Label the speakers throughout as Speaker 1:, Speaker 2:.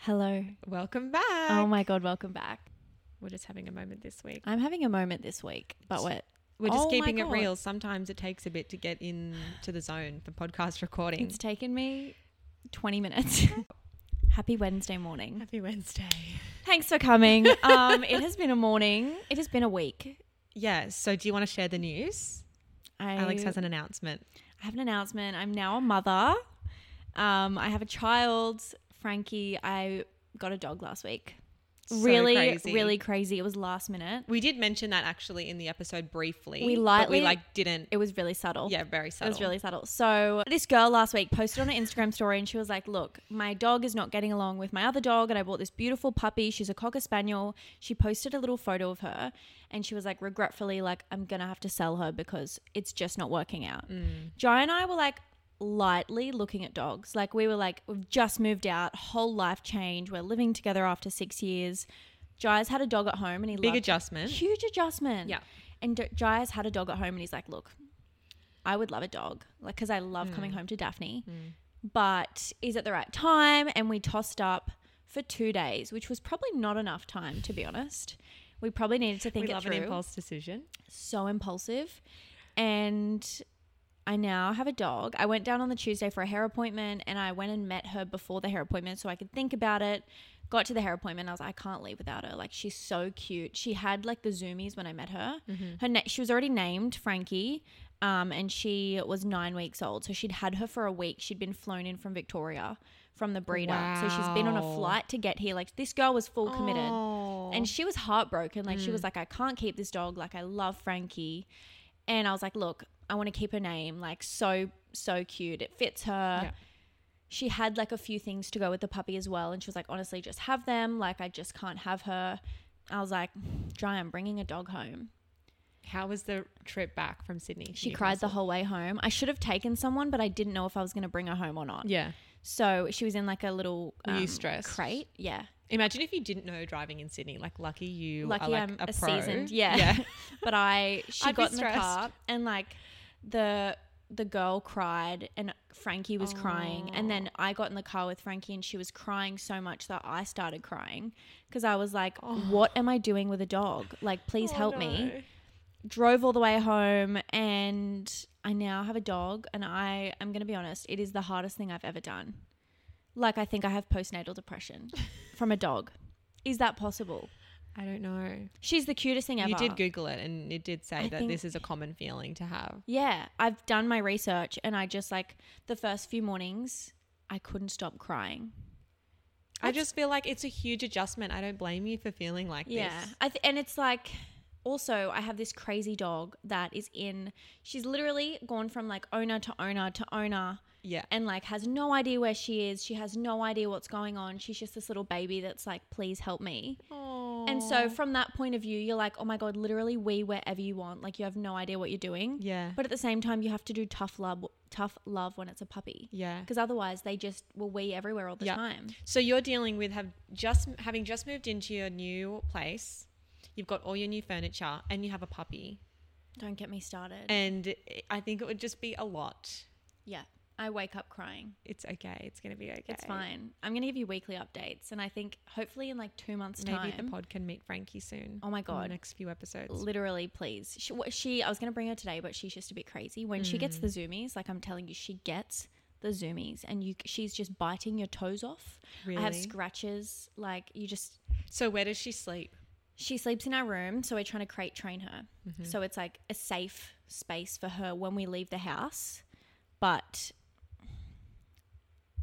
Speaker 1: Hello.
Speaker 2: Welcome back.
Speaker 1: Oh my God, welcome back.
Speaker 2: We're just having a moment this week.
Speaker 1: I'm having a moment this week, but we're,
Speaker 2: We're just
Speaker 1: Oh my
Speaker 2: keeping it
Speaker 1: God.
Speaker 2: real. Sometimes it takes a bit to get in to the zone for podcast recording.
Speaker 1: it's taken me 20 minutes. Happy Wednesday morning.
Speaker 2: Happy Wednesday.
Speaker 1: Thanks for coming. Um, it has been a morning, it has been a week.
Speaker 2: Yeah. So, do you want to share the news?
Speaker 1: I,
Speaker 2: Alex has an announcement.
Speaker 1: I have an announcement. I'm now a mother. Um, I have a child, Frankie. I got a dog last week.
Speaker 2: So
Speaker 1: really,
Speaker 2: crazy.
Speaker 1: really crazy. It was last minute.
Speaker 2: We did mention that actually in the episode briefly.
Speaker 1: We
Speaker 2: but
Speaker 1: lightly-
Speaker 2: we like didn't.
Speaker 1: It was really subtle.
Speaker 2: yeah, very subtle.
Speaker 1: It was really subtle. So this girl last week posted on her Instagram story and she was like, "Look, my dog is not getting along with my other dog, and I bought this beautiful puppy. She's a cocker spaniel." She posted a little photo of her, and she was like, regretfully, like, "I'm gonna have to sell her because it's just not working out."
Speaker 2: Mm.
Speaker 1: Jai and I were like lightly looking at dogs. Like we were like, we've just moved out, whole life change. We're living together after six years. Jai's had a dog at home and he
Speaker 2: big
Speaker 1: loved
Speaker 2: adjustment.
Speaker 1: Huge adjustment.
Speaker 2: Yeah.
Speaker 1: And D- Jair's had a dog at home, and he's like, "Look, I would love a dog, like, because I love
Speaker 2: Mm.
Speaker 1: coming home to Daphne, but is it the right time?" And we tossed up for two days, which was probably not enough time, to be honest. We probably needed to think
Speaker 2: We
Speaker 1: it
Speaker 2: love
Speaker 1: through.
Speaker 2: an impulse decision.
Speaker 1: So impulsive, and. I now have a dog. I went down on the Tuesday for a hair appointment and I went and met her before the hair appointment so I could think about it. Got to the hair appointment, I was like, I can't leave without her. Like, she's so cute. She had like the zoomies when I met her. Her na- she was already named Frankie, um, and she was nine weeks old. So she'd had her for a week. She'd been flown in from Victoria from the breeder, so she's been on a
Speaker 2: Wow.
Speaker 1: flight to get here. Like, this girl was full committed,
Speaker 2: Oh.
Speaker 1: and she was heartbroken. Like,
Speaker 2: Mm.
Speaker 1: she was like, I can't keep this dog. Like, I love Frankie, and I was like, look, I want to keep her name. Like, so so cute. It fits her
Speaker 2: Yeah.
Speaker 1: she had like a few things to go with the puppy as well. And she was like, honestly, just have them. Like, I just can't have her. I was like, Dry, I'm bringing a dog home.
Speaker 2: How was the trip back from Sydney? to
Speaker 1: She cried the
Speaker 2: Newcastle?
Speaker 1: whole way home. I should have taken someone, but I didn't know if I was going to bring her home or not.
Speaker 2: Yeah.
Speaker 1: So she was in like a little um,
Speaker 2: Were you stressed?
Speaker 1: crate. Yeah.
Speaker 2: Imagine if you didn't know driving in Sydney. Like, lucky you
Speaker 1: Lucky
Speaker 2: are like
Speaker 1: I'm
Speaker 2: a,
Speaker 1: a
Speaker 2: pro.
Speaker 1: seasoned- yeah.
Speaker 2: Yeah.
Speaker 1: But I, she
Speaker 2: I'd be
Speaker 1: got in the
Speaker 2: stressed.
Speaker 1: car and like the, the girl cried and Frankie was crying. And then I got in the car with Frankie and she was crying so much that I started crying because I was like, what am I doing with a dog? Like, please
Speaker 2: Oh,
Speaker 1: help me.
Speaker 2: no.
Speaker 1: drove all the way home and I now have a dog and I I'm going to be honest, it is the hardest thing I've ever done. Like I think I have postnatal depression from a dog. Is that possible?
Speaker 2: I don't know.
Speaker 1: She's the cutest thing ever.
Speaker 2: You did Google it, and it did say
Speaker 1: I
Speaker 2: that
Speaker 1: think-
Speaker 2: this is a common feeling to have.
Speaker 1: Yeah, I've done my research and I just like the first few mornings I couldn't stop crying.
Speaker 2: I just feel like it's a huge adjustment. I don't blame you for feeling like
Speaker 1: Yeah.
Speaker 2: this.
Speaker 1: I th- and it's like also I have this crazy dog that is in she's literally gone from like owner to owner to owner
Speaker 2: Yeah.
Speaker 1: and like has no idea where she is. She has no idea what's going on. She's just this little baby that's like, please help me. And so from that point of view, you're like, oh my God, literally wee wherever you want. Like you have no idea what you're doing.
Speaker 2: yeah,
Speaker 1: But at the same time, you have to do tough love, tough love when it's a puppy.
Speaker 2: yeah.
Speaker 1: Because otherwise, they just will wee everywhere all the
Speaker 2: Yeah.
Speaker 1: time.
Speaker 2: So you're dealing with have just having just moved into your new place. You've got all your new furniture, and you have a puppy.
Speaker 1: Don't get me started.
Speaker 2: And I think it would just be a lot.
Speaker 1: yeah. I wake up crying.
Speaker 2: It's okay. It's gonna be okay.
Speaker 1: It's fine. I'm going to give you weekly updates. And I think hopefully in like two months'
Speaker 2: Maybe
Speaker 1: time.
Speaker 2: the pod Mm, can meet Frankie soon.
Speaker 1: oh my
Speaker 2: in the
Speaker 1: God.
Speaker 2: next few episodes.
Speaker 1: literally please she, wh- she i was going to bring her today but she's just a bit crazy when she gets the
Speaker 2: Mm.
Speaker 1: zoomies like i'm telling you she gets the zoomies and you she's just biting your toes off i have
Speaker 2: Really?
Speaker 1: scratches like you just
Speaker 2: So where does she sleep?
Speaker 1: she sleeps in our room so we're trying to crate train her
Speaker 2: Mm-hmm.
Speaker 1: so it's like a safe space for her when we leave the house but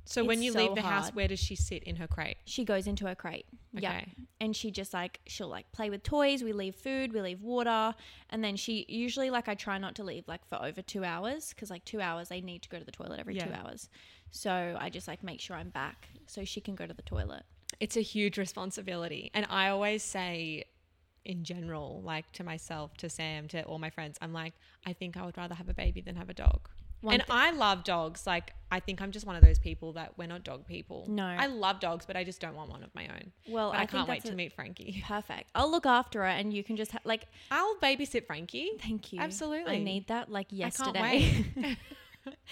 Speaker 2: So when
Speaker 1: It's
Speaker 2: you
Speaker 1: so
Speaker 2: leave the house,
Speaker 1: hard.
Speaker 2: where does she sit in her crate?
Speaker 1: she goes into her crate yeah
Speaker 2: Okay.
Speaker 1: and she just like she'll like play with toys we leave food we leave water and then she usually like i try not to leave like for over two hours because like two hours they need to go to the toilet every two
Speaker 2: Yeah.
Speaker 1: hours so i just like make sure i'm back so she can go to the toilet
Speaker 2: it's a huge responsibility. And I always say, in general, like to myself, to Sam, to all my friends, I'm like, I think I would rather have a baby than have a dog.
Speaker 1: One
Speaker 2: and
Speaker 1: thi-
Speaker 2: I love dogs. Like, I think I'm just one of those people that we're not dog people.
Speaker 1: No.
Speaker 2: I love dogs, but I just don't want one of my own.
Speaker 1: well i,
Speaker 2: But I,
Speaker 1: think
Speaker 2: can't wait
Speaker 1: that's
Speaker 2: to
Speaker 1: a-
Speaker 2: meet Frankie.
Speaker 1: perfect i'll look after her and you can just ha- like
Speaker 2: I'll babysit Frankie.
Speaker 1: thank you
Speaker 2: Absolutely.
Speaker 1: i need that like yesterday
Speaker 2: I can't wait.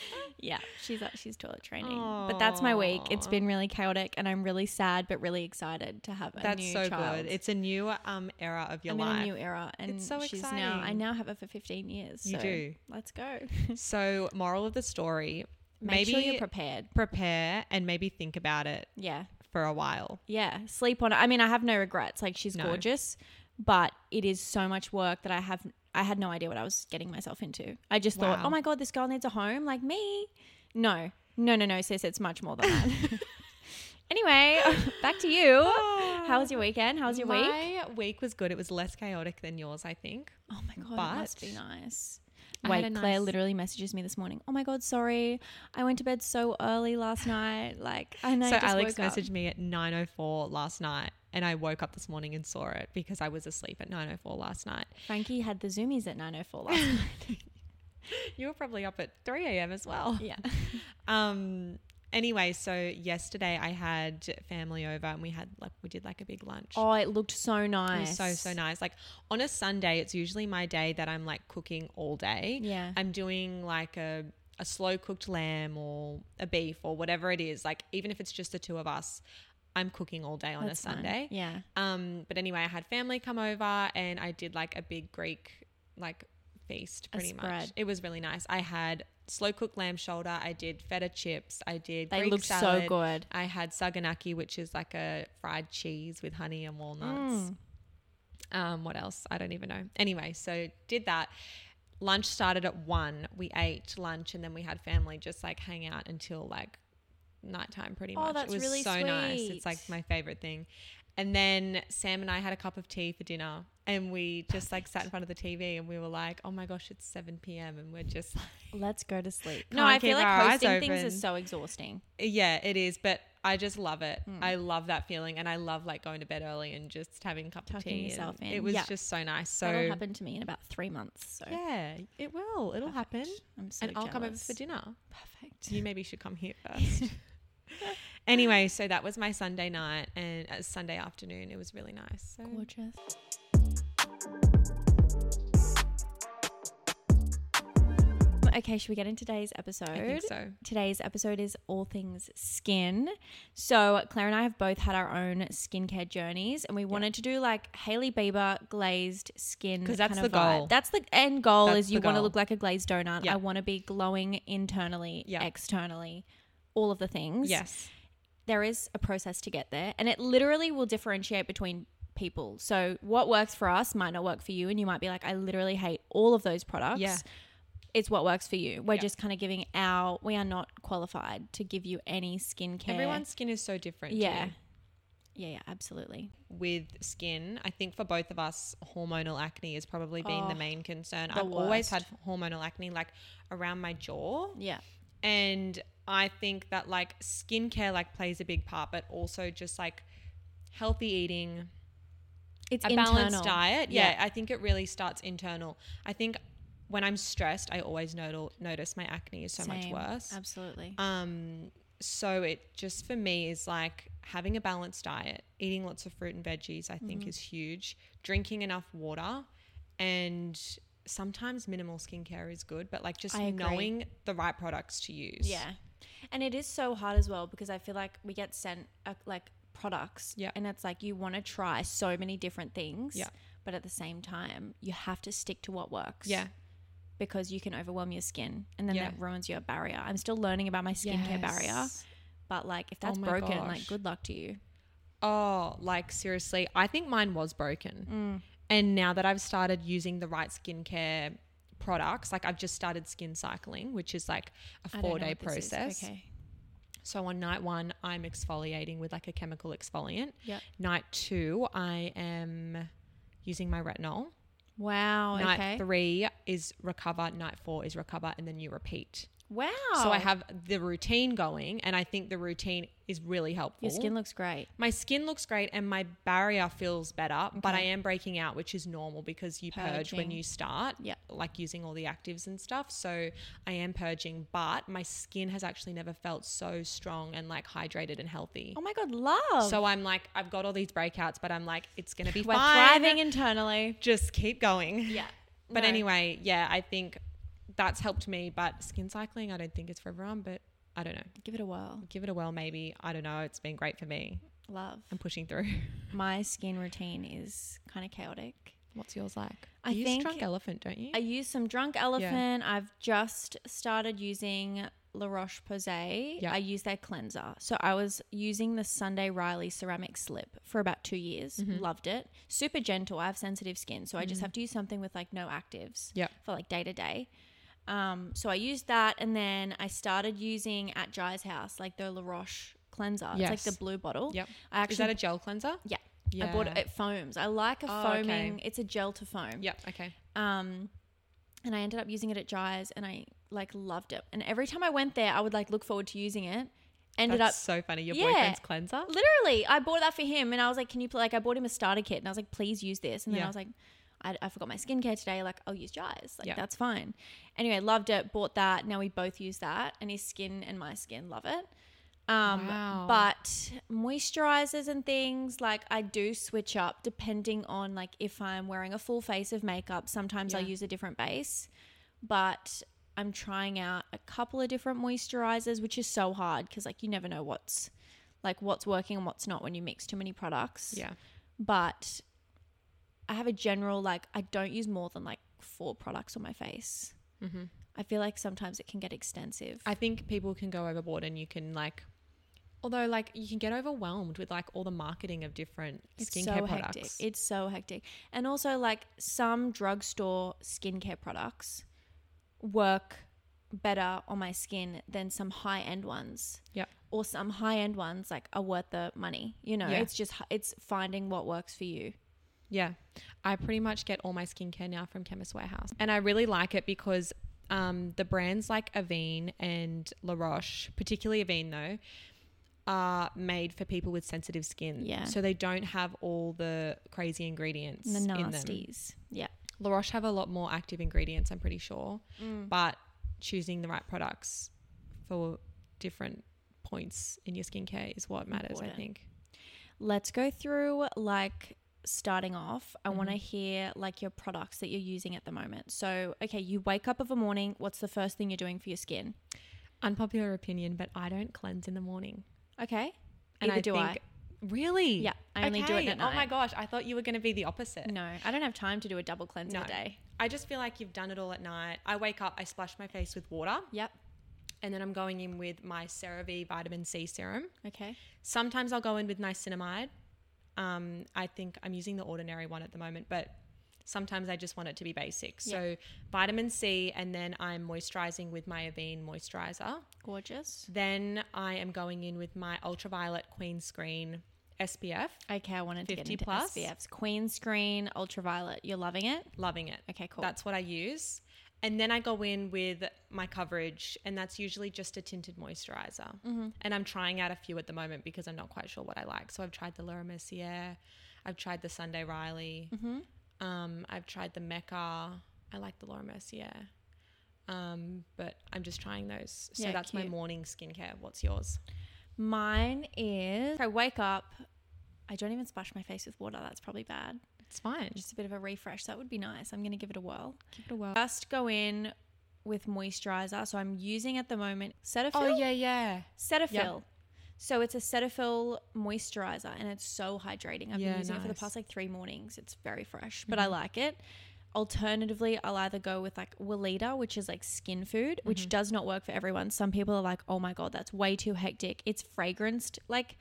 Speaker 1: yeah, she's up, she's toilet training. But that's my week. It's
Speaker 2: Aw.
Speaker 1: been really chaotic, and I'm really sad but really excited to have a
Speaker 2: That's
Speaker 1: new
Speaker 2: so
Speaker 1: child.
Speaker 2: good. It's a new um era of your
Speaker 1: I'm
Speaker 2: life.
Speaker 1: in a new era, and
Speaker 2: so
Speaker 1: she's now. I
Speaker 2: exciting.
Speaker 1: now have her for 15 years.
Speaker 2: You
Speaker 1: so
Speaker 2: do.
Speaker 1: Let's go.
Speaker 2: so, moral of the story,
Speaker 1: Make
Speaker 2: maybe
Speaker 1: sure you're prepared.
Speaker 2: prepare and maybe think about it
Speaker 1: Yeah,
Speaker 2: for a while.
Speaker 1: yeah. Sleep on it. I mean, I have no regrets. Like she's
Speaker 2: No.
Speaker 1: gorgeous, but it is so much work that I have. I had no idea what I was getting myself into. I just thought,
Speaker 2: Wow.
Speaker 1: oh my god, this girl needs a home like me. No, no, no, no, sis. It's much more than that. anyway, back to you. How was your weekend? How was your week?
Speaker 2: Ah. My week was good. It was less chaotic than yours, I think.
Speaker 1: Oh my god, it must be
Speaker 2: But-
Speaker 1: nice.
Speaker 2: I
Speaker 1: Wait,
Speaker 2: had a
Speaker 1: Claire
Speaker 2: nice-
Speaker 1: literally messages me this morning. Oh my god, sorry, I went to bed so early last night. Like I know.
Speaker 2: so
Speaker 1: just
Speaker 2: Alex
Speaker 1: woke up.
Speaker 2: messaged me at 9:04 last night and I woke up this morning and saw it because I was asleep at 9:04 last night.
Speaker 1: Frankie had the zoomies at nine oh four last night.
Speaker 2: You were probably up at 3 a.m. as well.
Speaker 1: Yeah,
Speaker 2: Um anyway, so yesterday I had family over and we had like we did like a big lunch.
Speaker 1: Oh, it looked so
Speaker 2: It
Speaker 1: nice.
Speaker 2: was so so nice. Like on a Sunday, it's usually my day that I'm like cooking all day.
Speaker 1: Yeah.
Speaker 2: I'm doing like a a slow cooked lamb or a beef or whatever it is. Like even if it's just the two of us, I'm cooking all day on
Speaker 1: That's
Speaker 2: a
Speaker 1: fine.
Speaker 2: Sunday.
Speaker 1: Yeah.
Speaker 2: Um, but anyway, I had family come over and I did like a big Greek like feast
Speaker 1: A
Speaker 2: pretty much.
Speaker 1: spread.
Speaker 2: It was really nice. I had slow cooked lamb shoulder, I did feta chips, I did
Speaker 1: They
Speaker 2: Greek
Speaker 1: looked
Speaker 2: salad.
Speaker 1: so good.
Speaker 2: I had saganaki, which is like a fried cheese with honey and walnuts.
Speaker 1: Mm.
Speaker 2: Um, what else? I don't even know. Anyway, so did that. Lunch started at one. We ate lunch and then we had family just like hang out until like nighttime pretty
Speaker 1: Oh,
Speaker 2: much.
Speaker 1: that's
Speaker 2: it was
Speaker 1: really
Speaker 2: so nice. It's like
Speaker 1: sweet.
Speaker 2: my favorite thing. And then Sam and I had a cup of tea for dinner and we just like sat in front of the TV and we were like, oh my gosh, it's 7 p.m. And we're just like,
Speaker 1: Let's go to sleep.
Speaker 2: Can't
Speaker 1: no, I
Speaker 2: keep
Speaker 1: feel like
Speaker 2: our eyes
Speaker 1: hosting things
Speaker 2: open.
Speaker 1: is so exhausting.
Speaker 2: yeah, it is. But I just love it.
Speaker 1: Hmm.
Speaker 2: I love that feeling, and I love like going to bed early and just having a cup of
Speaker 1: Tucking
Speaker 2: tea. and
Speaker 1: yourself in.
Speaker 2: It was
Speaker 1: Yeah.
Speaker 2: just so nice.
Speaker 1: That'll
Speaker 2: So
Speaker 1: happen to me in about three months. So
Speaker 2: yeah, it will. It'll happen,
Speaker 1: I'm so
Speaker 2: and I'll come over
Speaker 1: jealous.
Speaker 2: for dinner.
Speaker 1: Perfect.
Speaker 2: You maybe should come here first. anyway, so that was my Sunday night and uh, Sunday afternoon. It was really nice. So.
Speaker 1: Gorgeous. Okay, should we get in today's episode?
Speaker 2: I think so.
Speaker 1: Today's episode is all things skin. So, Claire and I have both had our own skincare journeys, and we wanted to do like Hailey Bieber glazed skin
Speaker 2: 'Cause that's
Speaker 1: kind of
Speaker 2: the
Speaker 1: vibe.
Speaker 2: goal.
Speaker 1: That's the end goal.
Speaker 2: That's
Speaker 1: is you
Speaker 2: the
Speaker 1: want to
Speaker 2: goal.
Speaker 1: look like a glazed donut.
Speaker 2: Yeah.
Speaker 1: I want to be glowing internally,
Speaker 2: Yeah.
Speaker 1: externally, all of the things
Speaker 2: Yes.
Speaker 1: there is a process to get there and it literally will differentiate between people so what works for us might not work for you and you might be like i literally hate all of those products
Speaker 2: Yeah.
Speaker 1: it's what works for you we're
Speaker 2: Yeah.
Speaker 1: just kind of giving our we are not qualified to give you any skincare
Speaker 2: Everyone's skin is so different.
Speaker 1: yeah
Speaker 2: too.
Speaker 1: yeah yeah absolutely
Speaker 2: with skin, I think for both of us, hormonal acne has probably been
Speaker 1: Oh,
Speaker 2: the main concern.
Speaker 1: the
Speaker 2: I've always
Speaker 1: worst.
Speaker 2: had hormonal acne like around my jaw.
Speaker 1: yeah
Speaker 2: And I think that like skincare like plays a big part, but also just like healthy eating,
Speaker 1: it's
Speaker 2: a
Speaker 1: internal.
Speaker 2: balanced diet. Yeah,
Speaker 1: Yeah.
Speaker 2: I think it really starts internal. I think when I'm stressed, I always nodal- notice my acne is so much
Speaker 1: Same.
Speaker 2: worse.
Speaker 1: absolutely
Speaker 2: Um, so it just for me is like having a balanced diet, eating lots of fruit and veggies, I
Speaker 1: Mm-hmm.
Speaker 2: think is huge. Drinking enough water and sometimes minimal skincare is good, but like just
Speaker 1: I agree.
Speaker 2: knowing the right products to use.
Speaker 1: Yeah. And it is so hard as well because I feel like we get sent uh, like products.
Speaker 2: Yeah.
Speaker 1: And it's like you want to try so many different things.
Speaker 2: Yeah.
Speaker 1: But at the same time, you have to stick to what works.
Speaker 2: Yeah.
Speaker 1: Because you can overwhelm your skin and then
Speaker 2: Yeah.
Speaker 1: that ruins your barrier. I'm still learning about my skincare barrier,
Speaker 2: Yes. Oh
Speaker 1: but like if that's
Speaker 2: my
Speaker 1: broken, like
Speaker 2: gosh.
Speaker 1: good luck to you.
Speaker 2: Oh, like seriously, I think mine was
Speaker 1: Mm,
Speaker 2: broken. And now that I've started using the right skincare products, like I've just started skin cycling, which is like
Speaker 1: I
Speaker 2: a
Speaker 1: don't know
Speaker 2: four day
Speaker 1: what this is.
Speaker 2: process.
Speaker 1: Okay.
Speaker 2: So on night one, I'm exfoliating with like a chemical exfoliant.
Speaker 1: Yep.
Speaker 2: Night two, I am using my retinol.
Speaker 1: Wow.
Speaker 2: night
Speaker 1: Oh, okay.
Speaker 2: three is recover. Night four is recover, and then you repeat.
Speaker 1: wow.
Speaker 2: So I have the routine going, and I think the routine is really helpful.
Speaker 1: your skin looks great.
Speaker 2: my skin looks great, and my barrier feels better, but I
Speaker 1: Okay.
Speaker 2: am breaking out, which is normal because you purge when
Speaker 1: Purging.
Speaker 2: you start.
Speaker 1: Yep.
Speaker 2: Like using all the actives and stuff. So I am purging, but my skin has actually never felt so strong and like hydrated and healthy.
Speaker 1: Oh my god, love.
Speaker 2: So I'm like, I've got all these breakouts, but I'm like, it's gonna be
Speaker 1: we're
Speaker 2: fine.
Speaker 1: thriving internally.
Speaker 2: Just keep going.
Speaker 1: Yeah.
Speaker 2: But
Speaker 1: No.
Speaker 2: anyway, yeah, I think that's helped me. But skin cycling, I don't think it's for everyone, but I don't know.
Speaker 1: Give it a whirl.
Speaker 2: Give it a whirl, maybe. I don't know. It's been great for me.
Speaker 1: Love.
Speaker 2: I'm pushing through.
Speaker 1: My skin routine is kind of chaotic.
Speaker 2: What's yours like?
Speaker 1: I
Speaker 2: you
Speaker 1: think-
Speaker 2: use drunk elephant, don't you?
Speaker 1: I use some Drunk Elephant. I've just started using La Roche Posay.
Speaker 2: Yeah.
Speaker 1: I use their cleanser. So I was using the Sunday Riley ceramic slip for about two years. Loved it. Super gentle. I have sensitive skin. So I just have to use something with like no actives
Speaker 2: Yeah.
Speaker 1: for like day to day. Um, so I used that and then I started using at Jai's house like the La Roche cleanser. It's like
Speaker 2: Yes.
Speaker 1: the blue bottle.
Speaker 2: Yep.
Speaker 1: I actually
Speaker 2: Is that a gel cleanser?
Speaker 1: yeah. I bought it,
Speaker 2: Yeah.
Speaker 1: it foams. I like a
Speaker 2: Oh, okay.
Speaker 1: foaming. It's a gel to foam.
Speaker 2: Yeah. Okay.
Speaker 1: Um, and I ended up using it at Jai's and I like loved it. And every time I went there, I would like look forward to using it. Ended
Speaker 2: That's so funny. Your
Speaker 1: Yeah.
Speaker 2: boyfriend's cleanser.
Speaker 1: up literally, I bought that for him and I was like, can you pl-? like, I bought him a starter kit and I was like, please use this. And then
Speaker 2: Yeah.
Speaker 1: I was like, I, I forgot my skincare today. Like, I'll use Jai's. Like,
Speaker 2: Yeah.
Speaker 1: that's fine. Anyway, loved it. Bought that. Now we both use that and his skin and my skin love it. Um,
Speaker 2: Wow.
Speaker 1: but moisturizers and things like I do switch up depending on like if I'm wearing a full face of makeup, sometimes I
Speaker 2: Yeah.
Speaker 1: use a different base, but I'm trying out a couple of different moisturizers, which is so hard because like you never know what's like what's working and what's not when you mix too many products.
Speaker 2: Yeah.
Speaker 1: But I have a general like I don't use more than like four products on my face.
Speaker 2: Mm-hmm.
Speaker 1: I feel like sometimes it can get extensive.
Speaker 2: I think people can go overboard and you can like although like you can get overwhelmed with like all the marketing of different skincare products.
Speaker 1: Hectic. It's so hectic. And also like some drugstore skincare products work better on my skin than some high end ones.
Speaker 2: Yep.
Speaker 1: Or some high end ones like are worth the money. You know,
Speaker 2: Yeah.
Speaker 1: it's just h- it's finding what works for you.
Speaker 2: Yeah. I pretty much get all my skincare now from Chemist Warehouse. And I really like it because um, the brands like Avene and La Roche, particularly Avene though, are made for people with sensitive skin.
Speaker 1: Yeah.
Speaker 2: So they don't have all the crazy ingredients
Speaker 1: The
Speaker 2: in them.
Speaker 1: nasties. Yeah.
Speaker 2: La Roche have a lot more active ingredients, I'm pretty sure, but choosing the right products for different points in your skincare is what matters, I
Speaker 1: Important.
Speaker 2: think.
Speaker 1: Let's go through like starting off.
Speaker 2: Mm-hmm.
Speaker 1: I want to hear like your products that you're using at the moment. So, okay, you wake up of a morning, what's the first thing you're doing for your skin?
Speaker 2: Unpopular opinion, but I don't cleanse in the morning.
Speaker 1: Okay? Either do I.
Speaker 2: Really?
Speaker 1: Yeah, I only do it
Speaker 2: Okay.
Speaker 1: at
Speaker 2: Oh my
Speaker 1: night.
Speaker 2: gosh, I thought you were going to be the opposite.
Speaker 1: No, I don't have time to do a double cleanse in
Speaker 2: No.
Speaker 1: a day.
Speaker 2: I just feel like you've done it all at night. I wake up, I splash my face with water,
Speaker 1: Yep.
Speaker 2: and then I'm going in with my CeraVe vitamin C serum.
Speaker 1: Okay.
Speaker 2: Sometimes I'll go in with niacinamide. Um, I think I'm using the ordinary one at the moment, but sometimes I just want it to be basic. So vitamin C, and then I'm moisturizing with my Avene moisturizer.
Speaker 1: Gorgeous.
Speaker 2: Then I am going in with my ultraviolet queen screen SPF.
Speaker 1: Okay, I wanted to get
Speaker 2: 50
Speaker 1: into
Speaker 2: plus?
Speaker 1: SPFs. Queen screen, ultraviolet. You're loving it.
Speaker 2: Loving it.
Speaker 1: Okay, cool.
Speaker 2: That's what I use. And then I go in with my coverage, and that's usually just a tinted moisturizer.
Speaker 1: Mm-hmm.
Speaker 2: And I'm trying out a few at the moment because I'm not quite sure what I like. So I've tried the Laura Mercier, I've tried the Sunday Riley,
Speaker 1: Mm-hmm.
Speaker 2: um, I've tried the Mecca. I like the Laura Mercier, um, but I'm just trying those. So
Speaker 1: Yeah,
Speaker 2: that's my
Speaker 1: cute.
Speaker 2: morning skincare. What's yours?
Speaker 1: Mine is. I wake up. I don't even splash my face with water. That's probably bad.
Speaker 2: It's fine.
Speaker 1: Just a bit of a refresh. That would be nice. I'm going to give it a whirl.
Speaker 2: give it a whirl.
Speaker 1: Just go in with moisturizer. So I'm using at the moment Cetaphil.
Speaker 2: Oh yeah, yeah.
Speaker 1: Cetaphil. So it's a Cetaphil moisturizer and it's so hydrating. I've
Speaker 2: Yeah,
Speaker 1: been using it for the
Speaker 2: nice. Mm-hmm.
Speaker 1: past like three mornings. It's very fresh, but I like it. Alternatively, I'll either go with like Weleda, which is like skin food,
Speaker 2: Mm-hmm.
Speaker 1: which does not work for everyone. Some people are like, oh my God, that's way too hectic. It's fragranced, like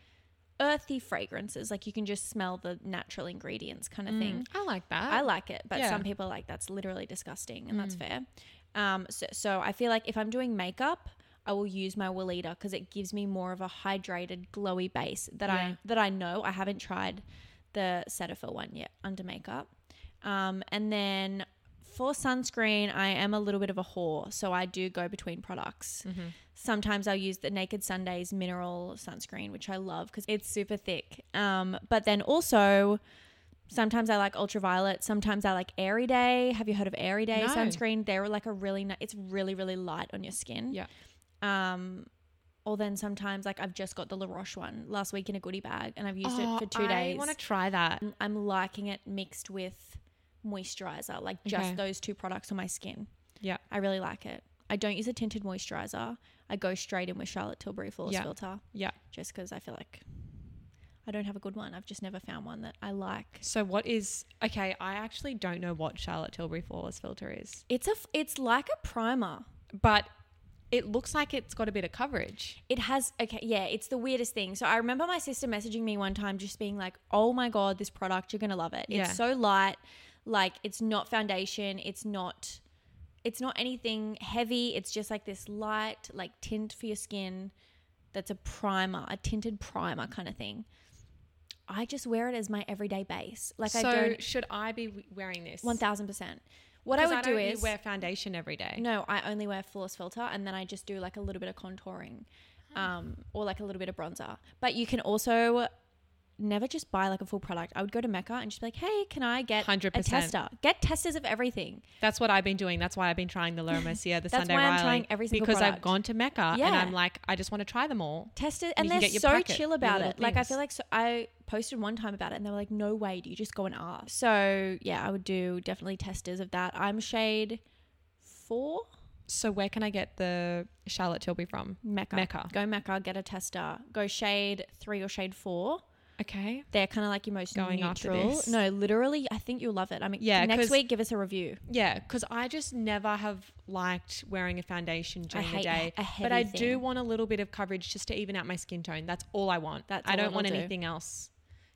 Speaker 1: earthy fragrances. Like you can just smell the natural ingredients kind of thing.
Speaker 2: I like that.
Speaker 1: I like it, but
Speaker 2: yeah. Mm.
Speaker 1: some people are like that's literally disgusting, and that's fair. Um, so, so I feel like if I'm doing makeup, I will use my Willita because it gives me more of a hydrated, glowy base that
Speaker 2: Yeah.
Speaker 1: I that I know. I haven't tried the Cetaphil one yet under makeup, um, and then. For sunscreen, I am a little bit of a whore, so I do go between products.
Speaker 2: Mm-hmm.
Speaker 1: Sometimes I'll use the Naked Sundays mineral sunscreen, which I love because it's super thick. Um, but then also, Sometimes I like ultraviolet. Sometimes I like Airy Day. Have you heard of Airy Day
Speaker 2: No.
Speaker 1: sunscreen? They're like a really nice. It's really really light on your skin.
Speaker 2: Yeah.
Speaker 1: Um, or then sometimes like I've just got the La Roche one last week in a goodie bag, and I've used
Speaker 2: Oh,
Speaker 1: it for two
Speaker 2: I
Speaker 1: days.
Speaker 2: want to try that.
Speaker 1: Um, I'm liking it mixed with moisturizer, like just
Speaker 2: Okay.
Speaker 1: those two products on my skin.
Speaker 2: Yeah.
Speaker 1: I really like it. I don't use a tinted moisturizer. I go straight in with Charlotte Tilbury flawless
Speaker 2: Yeah.
Speaker 1: filter.
Speaker 2: Yeah.
Speaker 1: Just because I feel like I don't have a good one. I've just never found one that I like.
Speaker 2: So what is okay? I actually don't know what Charlotte Tilbury flawless filter is,
Speaker 1: It's a f- it's like a primer.
Speaker 2: but it looks like it's got a bit of coverage.
Speaker 1: It has okay, yeah, it's the weirdest thing. So I remember my sister messaging me one time just being like, "Oh my god, this product, you're going to love it.
Speaker 2: Yeah.
Speaker 1: It's so light. Like it's not foundation, it's not it's not anything heavy. It's just like this light like tint for your skin that's a primer, a tinted primer kind of thing." I just wear it as my everyday base. Like I
Speaker 2: so
Speaker 1: don't
Speaker 2: should I be w- wearing this?
Speaker 1: 1000%. What I would
Speaker 2: I
Speaker 1: do
Speaker 2: don't
Speaker 1: is
Speaker 2: wear foundation every day.
Speaker 1: no, I only wear flawless filter and then I just do like a little bit of contouring um, or like a little bit of bronzer. But you can also never just buy like a full product. I would go to Mecca and just be like, hey, can I get a
Speaker 2: 100%.
Speaker 1: tester? Get testers of everything.
Speaker 2: That's what I've been doing. That's why I've been trying the Laura Mercier, the
Speaker 1: That's
Speaker 2: Sunday
Speaker 1: why I'm
Speaker 2: Riley,
Speaker 1: trying every single
Speaker 2: because I've
Speaker 1: product.
Speaker 2: gone to Mecca and
Speaker 1: Yeah.
Speaker 2: I'm like, I just want to try them all.
Speaker 1: Testers, and,
Speaker 2: And you
Speaker 1: they're
Speaker 2: can get your
Speaker 1: so
Speaker 2: packet,
Speaker 1: chill
Speaker 2: your
Speaker 1: about
Speaker 2: little
Speaker 1: it. Like, I
Speaker 2: things.
Speaker 1: feel like so, I posted one time about it and they were like, no way, do you just go and ask? So, yeah, I would do definitely testers of that. I'm shade four.
Speaker 2: So where can I get the Charlotte Tilbury from?
Speaker 1: Mecca.
Speaker 2: Mecca.
Speaker 1: Go Mecca, get a tester. Go shade three or shade four.
Speaker 2: Okay.
Speaker 1: they're kind of like your most
Speaker 2: Going after
Speaker 1: neutral.
Speaker 2: this.
Speaker 1: No, literally, I think you'll love it. I mean,
Speaker 2: Yeah,
Speaker 1: next
Speaker 2: 'cause-
Speaker 1: week give us a review.
Speaker 2: Yeah, because I just never have liked wearing a foundation during the
Speaker 1: hate
Speaker 2: day.
Speaker 1: a
Speaker 2: but I
Speaker 1: heavy
Speaker 2: do
Speaker 1: thing.
Speaker 2: want a little bit of coverage just to even out my skin tone. That's all I want.
Speaker 1: That's
Speaker 2: I
Speaker 1: all
Speaker 2: don't
Speaker 1: it'll
Speaker 2: want
Speaker 1: do.
Speaker 2: anything else.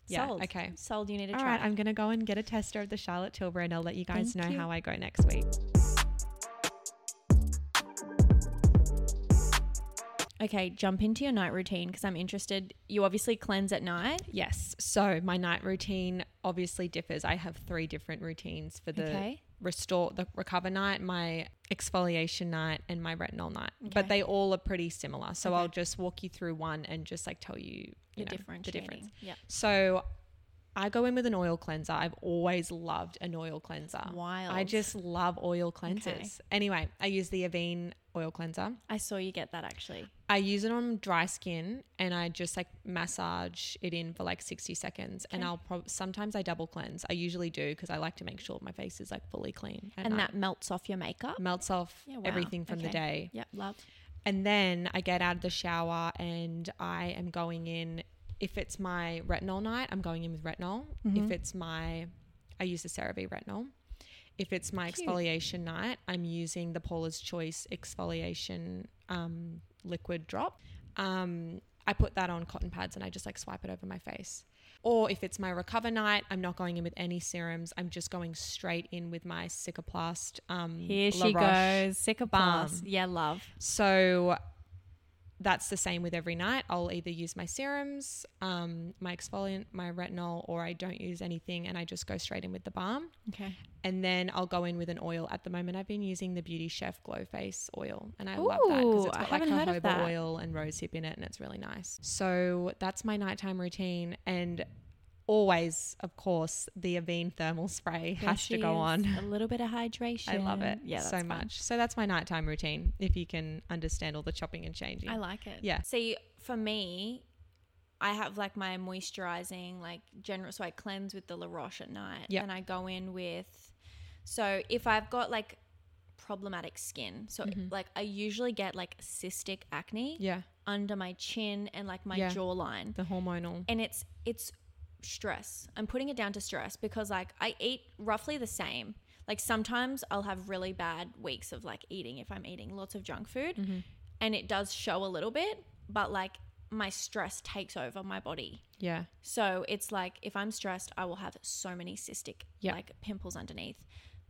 Speaker 2: Yeah.
Speaker 1: Sold.
Speaker 2: Okay.
Speaker 1: Sold. You need to
Speaker 2: All
Speaker 1: try.
Speaker 2: right. I'm gonna go and get a tester of the Charlotte Tilbury, and I'll let you guys
Speaker 1: Thank
Speaker 2: know
Speaker 1: you.
Speaker 2: how I go next week.
Speaker 1: okay, jump into your night routine because I'm interested. You obviously cleanse at night.
Speaker 2: Yes. So my night routine obviously differs. I have three different routines for the
Speaker 1: Okay.
Speaker 2: restore, the recover night, my exfoliation night, and my retinol night. But
Speaker 1: Okay.
Speaker 2: they all are pretty similar. So
Speaker 1: Okay.
Speaker 2: I'll just walk you through one and just like tell you, you
Speaker 1: You're
Speaker 2: know, the difference.
Speaker 1: Yeah.
Speaker 2: So I go in with an oil cleanser. I've always loved an oil cleanser.
Speaker 1: Wild.
Speaker 2: I just love oil cleansers. Anyway, I use the Avene oil cleanser.
Speaker 1: I saw you get that actually.
Speaker 2: I use it on dry skin and I just like massage it in for like 60 seconds. And I'll prob- sometimes I double cleanse. I usually do because I like to make sure my face is like fully clean. at
Speaker 1: And
Speaker 2: night.
Speaker 1: that melts off your makeup.
Speaker 2: melts off
Speaker 1: Yeah, wow.
Speaker 2: everything from the
Speaker 1: Okay.
Speaker 2: day.
Speaker 1: Yep, love.
Speaker 2: And then I get out of the shower and I am going in. If it's my retinol night, I'm going in with retinol.
Speaker 1: Mm-hmm.
Speaker 2: If it's my, I use the CeraVe retinol. If it's my
Speaker 1: Cute.
Speaker 2: exfoliation night, I'm using the Paula's Choice exfoliation um, liquid drop. Um, I put that on cotton pads and I just like swipe it over my face. Or if it's my recover night, I'm not going in with any serums. I'm just going straight in with my Cicaplast. Um,
Speaker 1: Here
Speaker 2: La
Speaker 1: she
Speaker 2: Roche
Speaker 1: goes. Sick of
Speaker 2: balm.
Speaker 1: bars. Yeah, love.
Speaker 2: so that's the same with every night. I'll either use my serums, um, my exfoliant, my retinol, or I don't use anything and I just go straight in with the balm.
Speaker 1: Okay.
Speaker 2: And then I'll go in with an oil. At the moment, I've been using the Beauty Chef Glow Face Oil, and I love that because
Speaker 1: Ooh,
Speaker 2: it's
Speaker 1: I
Speaker 2: got like
Speaker 1: haven't heard of
Speaker 2: jojoba
Speaker 1: that.
Speaker 2: oil and rosehip in it, and it's really nice. So that's my nighttime routine, and always, of course, the Avene thermal spray
Speaker 1: There
Speaker 2: has to
Speaker 1: she
Speaker 2: go
Speaker 1: is.
Speaker 2: on.
Speaker 1: A little bit of hydration.
Speaker 2: I love it
Speaker 1: Yeah, that's
Speaker 2: so
Speaker 1: fun.
Speaker 2: much. So that's my nighttime routine. If you can understand all the chopping and changing,
Speaker 1: I like it.
Speaker 2: Yeah.
Speaker 1: See, for me, I have like my moisturizing, like general. So I cleanse with the La Roche at night,
Speaker 2: Yeah.
Speaker 1: and I go in with. So if I've got like problematic skin, so like I usually get like cystic acne
Speaker 2: Mm-hmm. yeah,
Speaker 1: under my chin and like my
Speaker 2: Yeah.
Speaker 1: jawline,
Speaker 2: the hormonal.
Speaker 1: and it's it's stress. I'm putting it down to stress because like I eat roughly the same. Like sometimes I'll have really bad weeks of like eating if I'm eating lots of junk food
Speaker 2: Mm-hmm.
Speaker 1: and it does show a little bit, but like my stress takes over my body.
Speaker 2: Yeah,
Speaker 1: So it's like if I'm stressed, I will have so many cystic
Speaker 2: Yeah.
Speaker 1: like pimples underneath.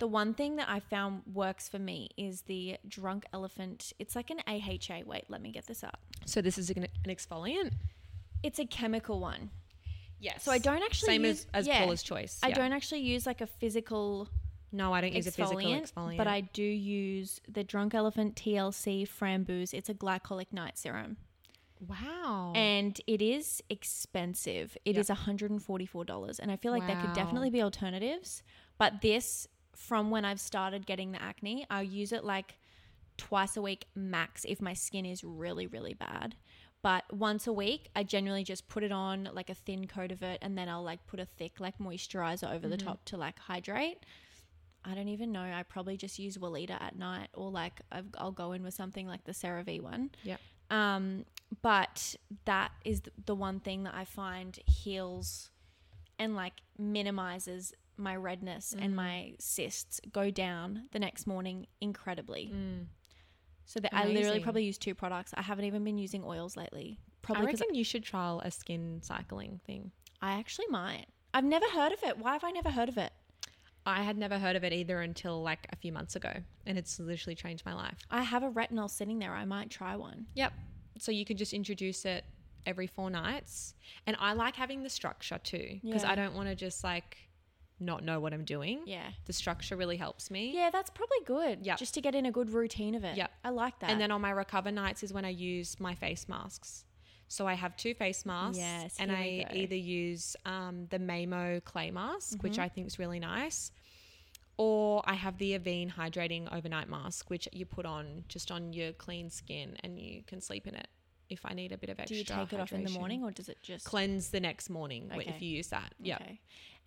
Speaker 1: The one thing that I found works for me is the drunk elephant. It's like an AHA. Wait, let me get this up.
Speaker 2: so this is an, an exfoliant.
Speaker 1: It's a chemical one.
Speaker 2: Yes.
Speaker 1: So I don't actually
Speaker 2: same
Speaker 1: use,
Speaker 2: as as
Speaker 1: yeah.
Speaker 2: Paula's choice.
Speaker 1: I
Speaker 2: yeah.
Speaker 1: don't actually use like a physical
Speaker 2: No, I don't use a physical
Speaker 1: exfoliant,
Speaker 2: exfoliant.
Speaker 1: but I do use the Drunk Elephant TLC Framboos. It's a glycolic night serum.
Speaker 2: wow.
Speaker 1: and it is expensive. It
Speaker 2: Yeah.
Speaker 1: is $144 and I feel like there
Speaker 2: Wow.
Speaker 1: could definitely be alternatives, but this from when I've started getting the acne, I'll use it like twice a week max if my skin is really really bad. But once a week, I generally just put it on like a
Speaker 2: Mm-hmm.
Speaker 1: thin coat of it and then I'll like put a thick like moisturizer over the top to like hydrate. I don't even know. I probably just use Walita at night, or like I've, I'll go in with something like the CeraVe one.
Speaker 2: Yeah.
Speaker 1: Um, but that is th- the one thing that I find heals and like minimizes my redness
Speaker 2: Mm-hmm.
Speaker 1: and my cysts go down the next morning incredibly. So that I literally
Speaker 2: Mm. Amazing.
Speaker 1: probably use two products. I haven't even been using oils lately.
Speaker 2: I
Speaker 1: Probably because
Speaker 2: reckon you should trial a skin cycling thing.
Speaker 1: I actually might. I've never heard of it. Why have I never heard of it?
Speaker 2: I had never heard of it either until like a few months ago, and it's literally changed my life.
Speaker 1: I have a retinol sitting there. I might try one.
Speaker 2: Yep. So you could just introduce it every four nights. And I like having the structure too, because
Speaker 1: Yeah.
Speaker 2: I don't want to just like not know what I'm doing.
Speaker 1: Yeah.
Speaker 2: The structure really helps me.
Speaker 1: Yeah, that's probably good.
Speaker 2: Yep.
Speaker 1: Just to get in a good routine of it.
Speaker 2: Yep.
Speaker 1: I like that.
Speaker 2: And then on my recover nights is when I use my face masks. So I have two face masks,
Speaker 1: Yes,
Speaker 2: and
Speaker 1: here we
Speaker 2: I
Speaker 1: go.
Speaker 2: either use um, the Mamo clay mask,
Speaker 1: Mm-hmm.
Speaker 2: which I think is really nice, or I have the Avene hydrating overnight mask, which you put on just on your clean skin, and you can sleep in it. If I need a bit of
Speaker 1: do
Speaker 2: extra,
Speaker 1: you take it off in the
Speaker 2: hydration.
Speaker 1: morning or does it just
Speaker 2: Cleanse the next morning wh-
Speaker 1: Okay.
Speaker 2: if you use that. Yeah.
Speaker 1: Okay.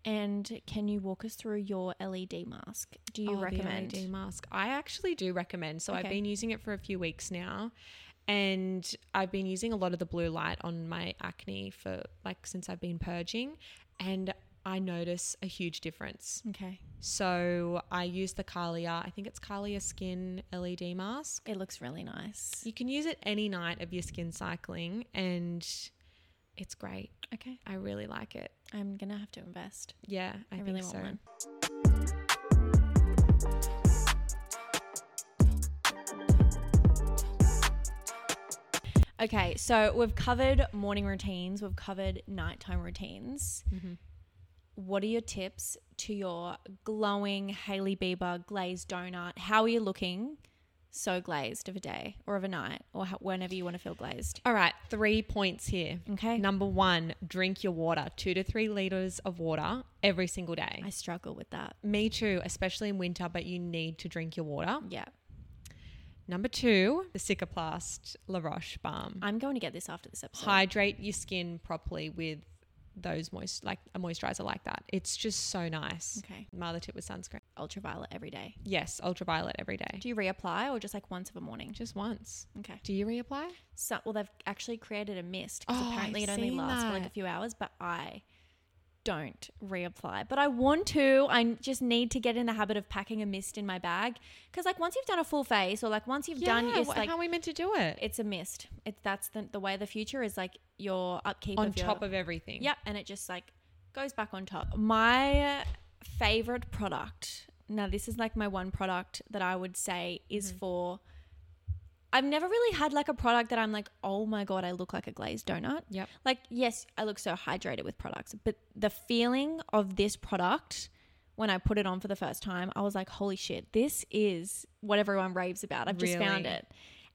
Speaker 1: And can you walk us through your LED mask? Do you
Speaker 2: Oh, the
Speaker 1: recommend?
Speaker 2: LED mask? I actually do recommend. So I've
Speaker 1: Okay.
Speaker 2: been using it for a few weeks now, and I've been using a lot of the blue light on my acne for like since I've been purging, and I notice a huge difference.
Speaker 1: Okay.
Speaker 2: So I use the Kalia. I think it's Kalia Skin LED mask.
Speaker 1: It looks really nice.
Speaker 2: You can use it any night of your skin cycling, and it's great.
Speaker 1: Okay.
Speaker 2: I really like it.
Speaker 1: I'm going to have to invest.
Speaker 2: Yeah,
Speaker 1: I,
Speaker 2: I, think
Speaker 1: really want
Speaker 2: so.
Speaker 1: one. Okay, so we've covered morning routines, we've covered nighttime routines. What are your tips to your glowing Hailey Bieber glazed donut? How are you looking so glazed of a day or of a night or ho- whenever you want to feel glazed?
Speaker 2: All right, three points here.
Speaker 1: Okay.
Speaker 2: Number one, drink your water, two to three liters of water every single day.
Speaker 1: I struggle with that.
Speaker 2: Me too, especially in winter, but you need to drink your water.
Speaker 1: Yeah.
Speaker 2: Number two, the Cicaplast La Roche balm.
Speaker 1: I'm going to get this after this episode.
Speaker 2: Hydrate your skin properly with those moist, like a moisturizer like that. It's just so nice.
Speaker 1: Okay.
Speaker 2: My other tip was sunscreen.
Speaker 1: Ultraviolet every day.
Speaker 2: Yes, ultraviolet every day.
Speaker 1: Do you reapply or just like once of a morning?
Speaker 2: Just once.
Speaker 1: Okay.
Speaker 2: Do you reapply?
Speaker 1: So, well, they've actually created a mist 'cause
Speaker 2: Oh, I've
Speaker 1: apparently it only
Speaker 2: seen
Speaker 1: lasts for like a
Speaker 2: that.
Speaker 1: few hours, but I don't reapply. But I want to. I just need to get in the habit of packing a mist in my bag because, like, once you've done a full face or like once you've done,
Speaker 2: Yeah,
Speaker 1: it's
Speaker 2: wh-
Speaker 1: like
Speaker 2: how are we meant to do it?
Speaker 1: it's a mist. It's that's the, the way of the future is like your upkeep
Speaker 2: On
Speaker 1: of your-
Speaker 2: top of everything.
Speaker 1: Yep, and it just like goes back on top. My favorite product. Now, this is like my one product that I would say is for. I've never really had like a product that I'm like, oh my god, I look like a glazed donut.
Speaker 2: Yep.
Speaker 1: Like, yes, I look so hydrated with products, but the feeling of this product when I put it on for the first time, I was like, holy shit, this is what everyone raves about. I've just found
Speaker 2: Really?
Speaker 1: it.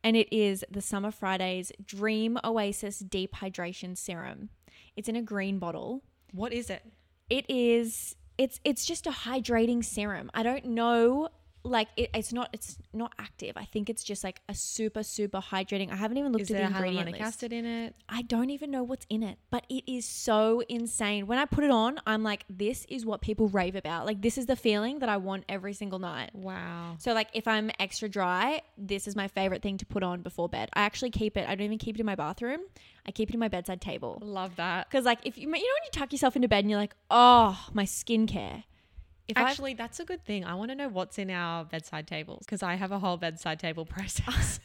Speaker 1: And it is the Summer Fridays Dream Oasis Deep Hydration Serum. It's in a green bottle.
Speaker 2: What is it?
Speaker 1: It is it's it's just a hydrating serum. I don't know like it, it's not it's not active. I think it's just like a super super hydrating. I haven't even looked
Speaker 2: Is
Speaker 1: at
Speaker 2: there
Speaker 1: the ingredient
Speaker 2: hyaluronic
Speaker 1: list.
Speaker 2: acid in it?
Speaker 1: I don't even know what's in it, but it is so insane. When I put it on, I'm like, this is what people rave about. Like, this is the feeling that I want every single night.
Speaker 2: Wow.
Speaker 1: So, like, if I'm extra dry, this is my favorite thing to put on before bed. I actually keep it, I don't even keep it in my bathroom, I keep it in my bedside table.
Speaker 2: Love that.
Speaker 1: Because, like, if you, you know, when you tuck yourself into bed and you're like, oh, my skincare. If I've-
Speaker 2: Actually, that's a good thing. I want to know what's in our bedside tables because I have a whole bedside table process.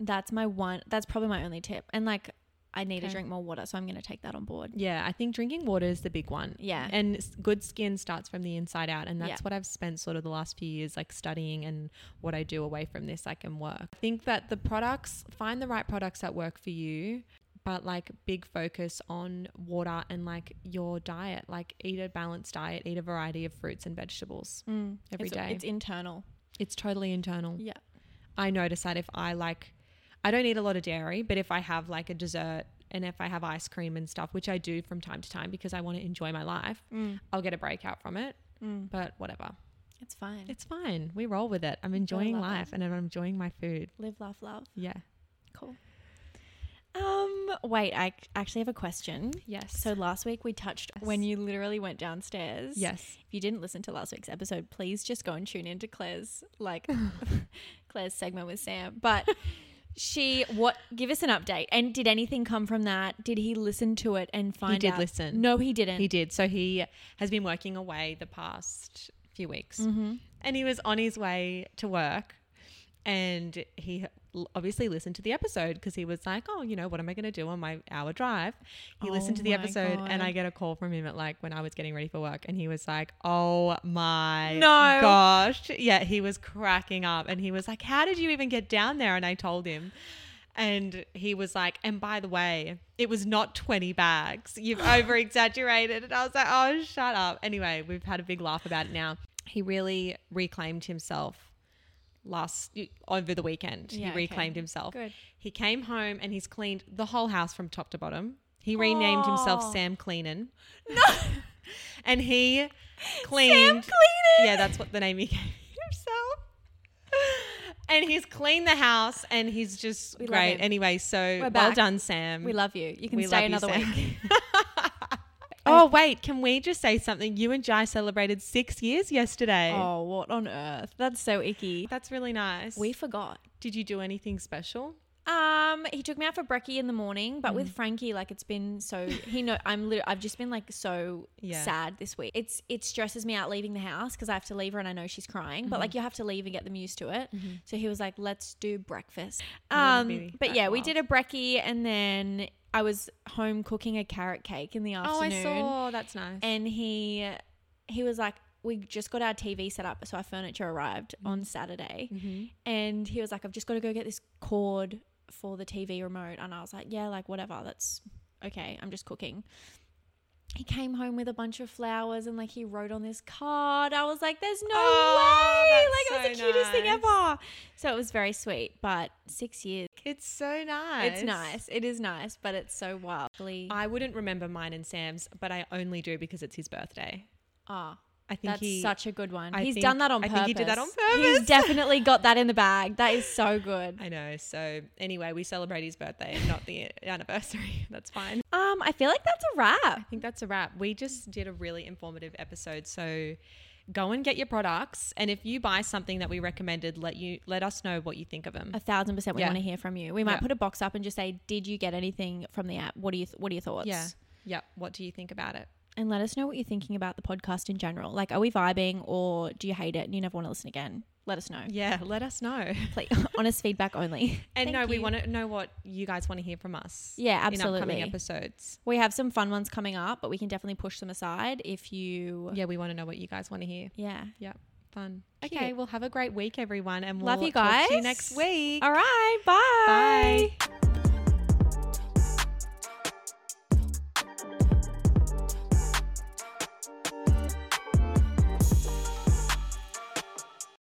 Speaker 1: that's my one, that's probably my only tip. And, like, I need to
Speaker 2: Okay.
Speaker 1: drink more water, so I'm going to take that on board.
Speaker 2: yeah, I think drinking water is the big one.
Speaker 1: Yeah.
Speaker 2: And s- good skin starts from the inside out. And that's
Speaker 1: Yeah.
Speaker 2: what I've spent sort of the last few years like studying and what I do away from this, I can work. I think that the products, find the right products that work for you. But like big focus on water and like your diet, like eat a balanced diet, eat a variety of fruits and vegetables Mm. every
Speaker 1: it's,
Speaker 2: day.
Speaker 1: It's internal.
Speaker 2: it's totally internal.
Speaker 1: Yeah.
Speaker 2: I notice that if I like, I don't eat a lot of dairy, but if I have like a dessert and if I have ice cream and stuff, which I do from time to time because I want to enjoy my life, I'll get a breakout from it. But whatever,
Speaker 1: Mm. It's fine.
Speaker 2: Mm. it's fine. We roll with it. I'm enjoying
Speaker 1: love
Speaker 2: life and I'm enjoying my food.
Speaker 1: Live, laugh, love.
Speaker 2: Yeah.
Speaker 1: Cool. Um, wait, I ac- actually have a question.
Speaker 2: Yes.
Speaker 1: So last week we touched
Speaker 2: Yes.
Speaker 1: when you literally went downstairs.
Speaker 2: yes.
Speaker 1: If you didn't listen to last week's episode, please just go and tune into Claire's like Claire's segment with Sam. But she what give us an update. And did anything come from that? Did he listen to it and find
Speaker 2: did
Speaker 1: out?
Speaker 2: listen.
Speaker 1: No, he didn't.
Speaker 2: He did. So he has been working away the past few weeks.
Speaker 1: Mm-hmm.
Speaker 2: And he was on his way to work. And he l- obviously listened to the episode because he was like, oh, you know, what am I going to do on my hour drive? He listened
Speaker 1: Oh
Speaker 2: to the
Speaker 1: my
Speaker 2: episode and I
Speaker 1: God.
Speaker 2: get a call from him at like when I was getting ready for work. And he was like, oh my
Speaker 1: No.
Speaker 2: gosh. Yeah, he was cracking up. And he was like, how did you even get down there? And I told him. And he was like, and by the way, it was not 20 bags. You've over exaggerated. And I was like, oh, shut up. Anyway, we've had a big laugh about it now. He really reclaimed himself last over the weekend.
Speaker 1: Yeah,
Speaker 2: he
Speaker 1: okay.
Speaker 2: reclaimed himself.
Speaker 1: Good.
Speaker 2: He came home and he's cleaned the whole house from top to bottom. He renamed himself
Speaker 1: Aw.
Speaker 2: Sam Cleanan. and he
Speaker 1: Oh. Sam
Speaker 2: cleaned.
Speaker 1: Cleanan.
Speaker 2: Yeah, that's what the name he gave himself. And he's cleaned the house and he's just
Speaker 1: We love
Speaker 2: great.
Speaker 1: him.
Speaker 2: Anyway, so well
Speaker 1: back.
Speaker 2: done, Sam.
Speaker 1: We love you. You can
Speaker 2: We
Speaker 1: stay
Speaker 2: love
Speaker 1: another
Speaker 2: you, Sam.
Speaker 1: week.
Speaker 2: oh, wait, can we just say something? You and Jai celebrated six years yesterday.
Speaker 1: Oh, what on earth? That's so icky.
Speaker 2: That's really nice.
Speaker 1: We forgot.
Speaker 2: Did you do anything special?
Speaker 1: Um, he took me out for brekkie in the morning, but
Speaker 2: Mm.
Speaker 1: with Frankie, like it's been so he know I'm lit- I've just been like so
Speaker 2: Yeah.
Speaker 1: sad this week. It's it stresses me out leaving the house because I have to leave her and I know she's crying, but
Speaker 2: Mm-hmm.
Speaker 1: like you have to leave and get them used to it. So he was like, "Let's do breakfast."
Speaker 2: wouldn't
Speaker 1: Um,
Speaker 2: be
Speaker 1: but
Speaker 2: that
Speaker 1: yeah, we
Speaker 2: wild.
Speaker 1: did a brekkie and then I was home cooking a carrot cake in the
Speaker 2: Oh,
Speaker 1: afternoon,
Speaker 2: That's nice.
Speaker 1: and he he was like. We just got our TV set up, so our furniture arrived
Speaker 2: Mm.
Speaker 1: on Saturday and he was like, I've just got to go get this cord for the TV remote. And I was like, yeah, like whatever, that's okay. I'm just cooking. He came home with a bunch of flowers and like he wrote on this card. I was like, there's no
Speaker 2: Oh,
Speaker 1: way. Like it was
Speaker 2: that's
Speaker 1: the
Speaker 2: so
Speaker 1: cutest thing
Speaker 2: nice.
Speaker 1: ever. So it was very sweet, but six years.
Speaker 2: It's so nice.
Speaker 1: It's nice. It is nice, but it's so wildly.
Speaker 2: I wouldn't remember mine and Sam's, but I only do because it's his birthday.
Speaker 1: Ah,
Speaker 2: I think
Speaker 1: that's
Speaker 2: he,
Speaker 1: such a good one.
Speaker 2: I
Speaker 1: He's
Speaker 2: think-
Speaker 1: done that on
Speaker 2: I
Speaker 1: purpose.
Speaker 2: think he did that on
Speaker 1: He's
Speaker 2: purpose.
Speaker 1: definitely got that in the bag. That is so good.
Speaker 2: I know. So anyway, we celebrate his birthday and not the anniversary. That's fine.
Speaker 1: Um, I feel like that's a wrap.
Speaker 2: I think that's a wrap. We just did a really informative episode. So go and get your products, and if you buy something that we recommended, let you let us know what you think of them.
Speaker 1: A thousand percent, we
Speaker 2: Yeah.
Speaker 1: want to hear from you. We might
Speaker 2: Yeah.
Speaker 1: put a box up and just say, "Did you get anything from the app? What do you th- What are your thoughts?"
Speaker 2: Yeah. Yep. What do you think about it?
Speaker 1: and let us know what you're thinking about the podcast in general. Like, are we vibing, or do you hate it and you never want to listen again? Let us know.
Speaker 2: Yeah. Let us know.
Speaker 1: Please, honest feedback only.
Speaker 2: And
Speaker 1: Thank
Speaker 2: no, we
Speaker 1: you.
Speaker 2: want to know what you guys want to hear from us.
Speaker 1: Yeah,
Speaker 2: In upcoming
Speaker 1: absolutely.
Speaker 2: episodes.
Speaker 1: we have some fun ones coming up, but we can definitely push them aside if you.
Speaker 2: Yeah, we want to know what you guys want to hear.
Speaker 1: Yeah.
Speaker 2: Yeah, fun.
Speaker 1: Cute.
Speaker 2: Okay, well, have a great week, everyone, and we'll
Speaker 1: Love you
Speaker 2: talk to you
Speaker 1: guys.
Speaker 2: next week.
Speaker 1: All right. Bye.
Speaker 2: Bye.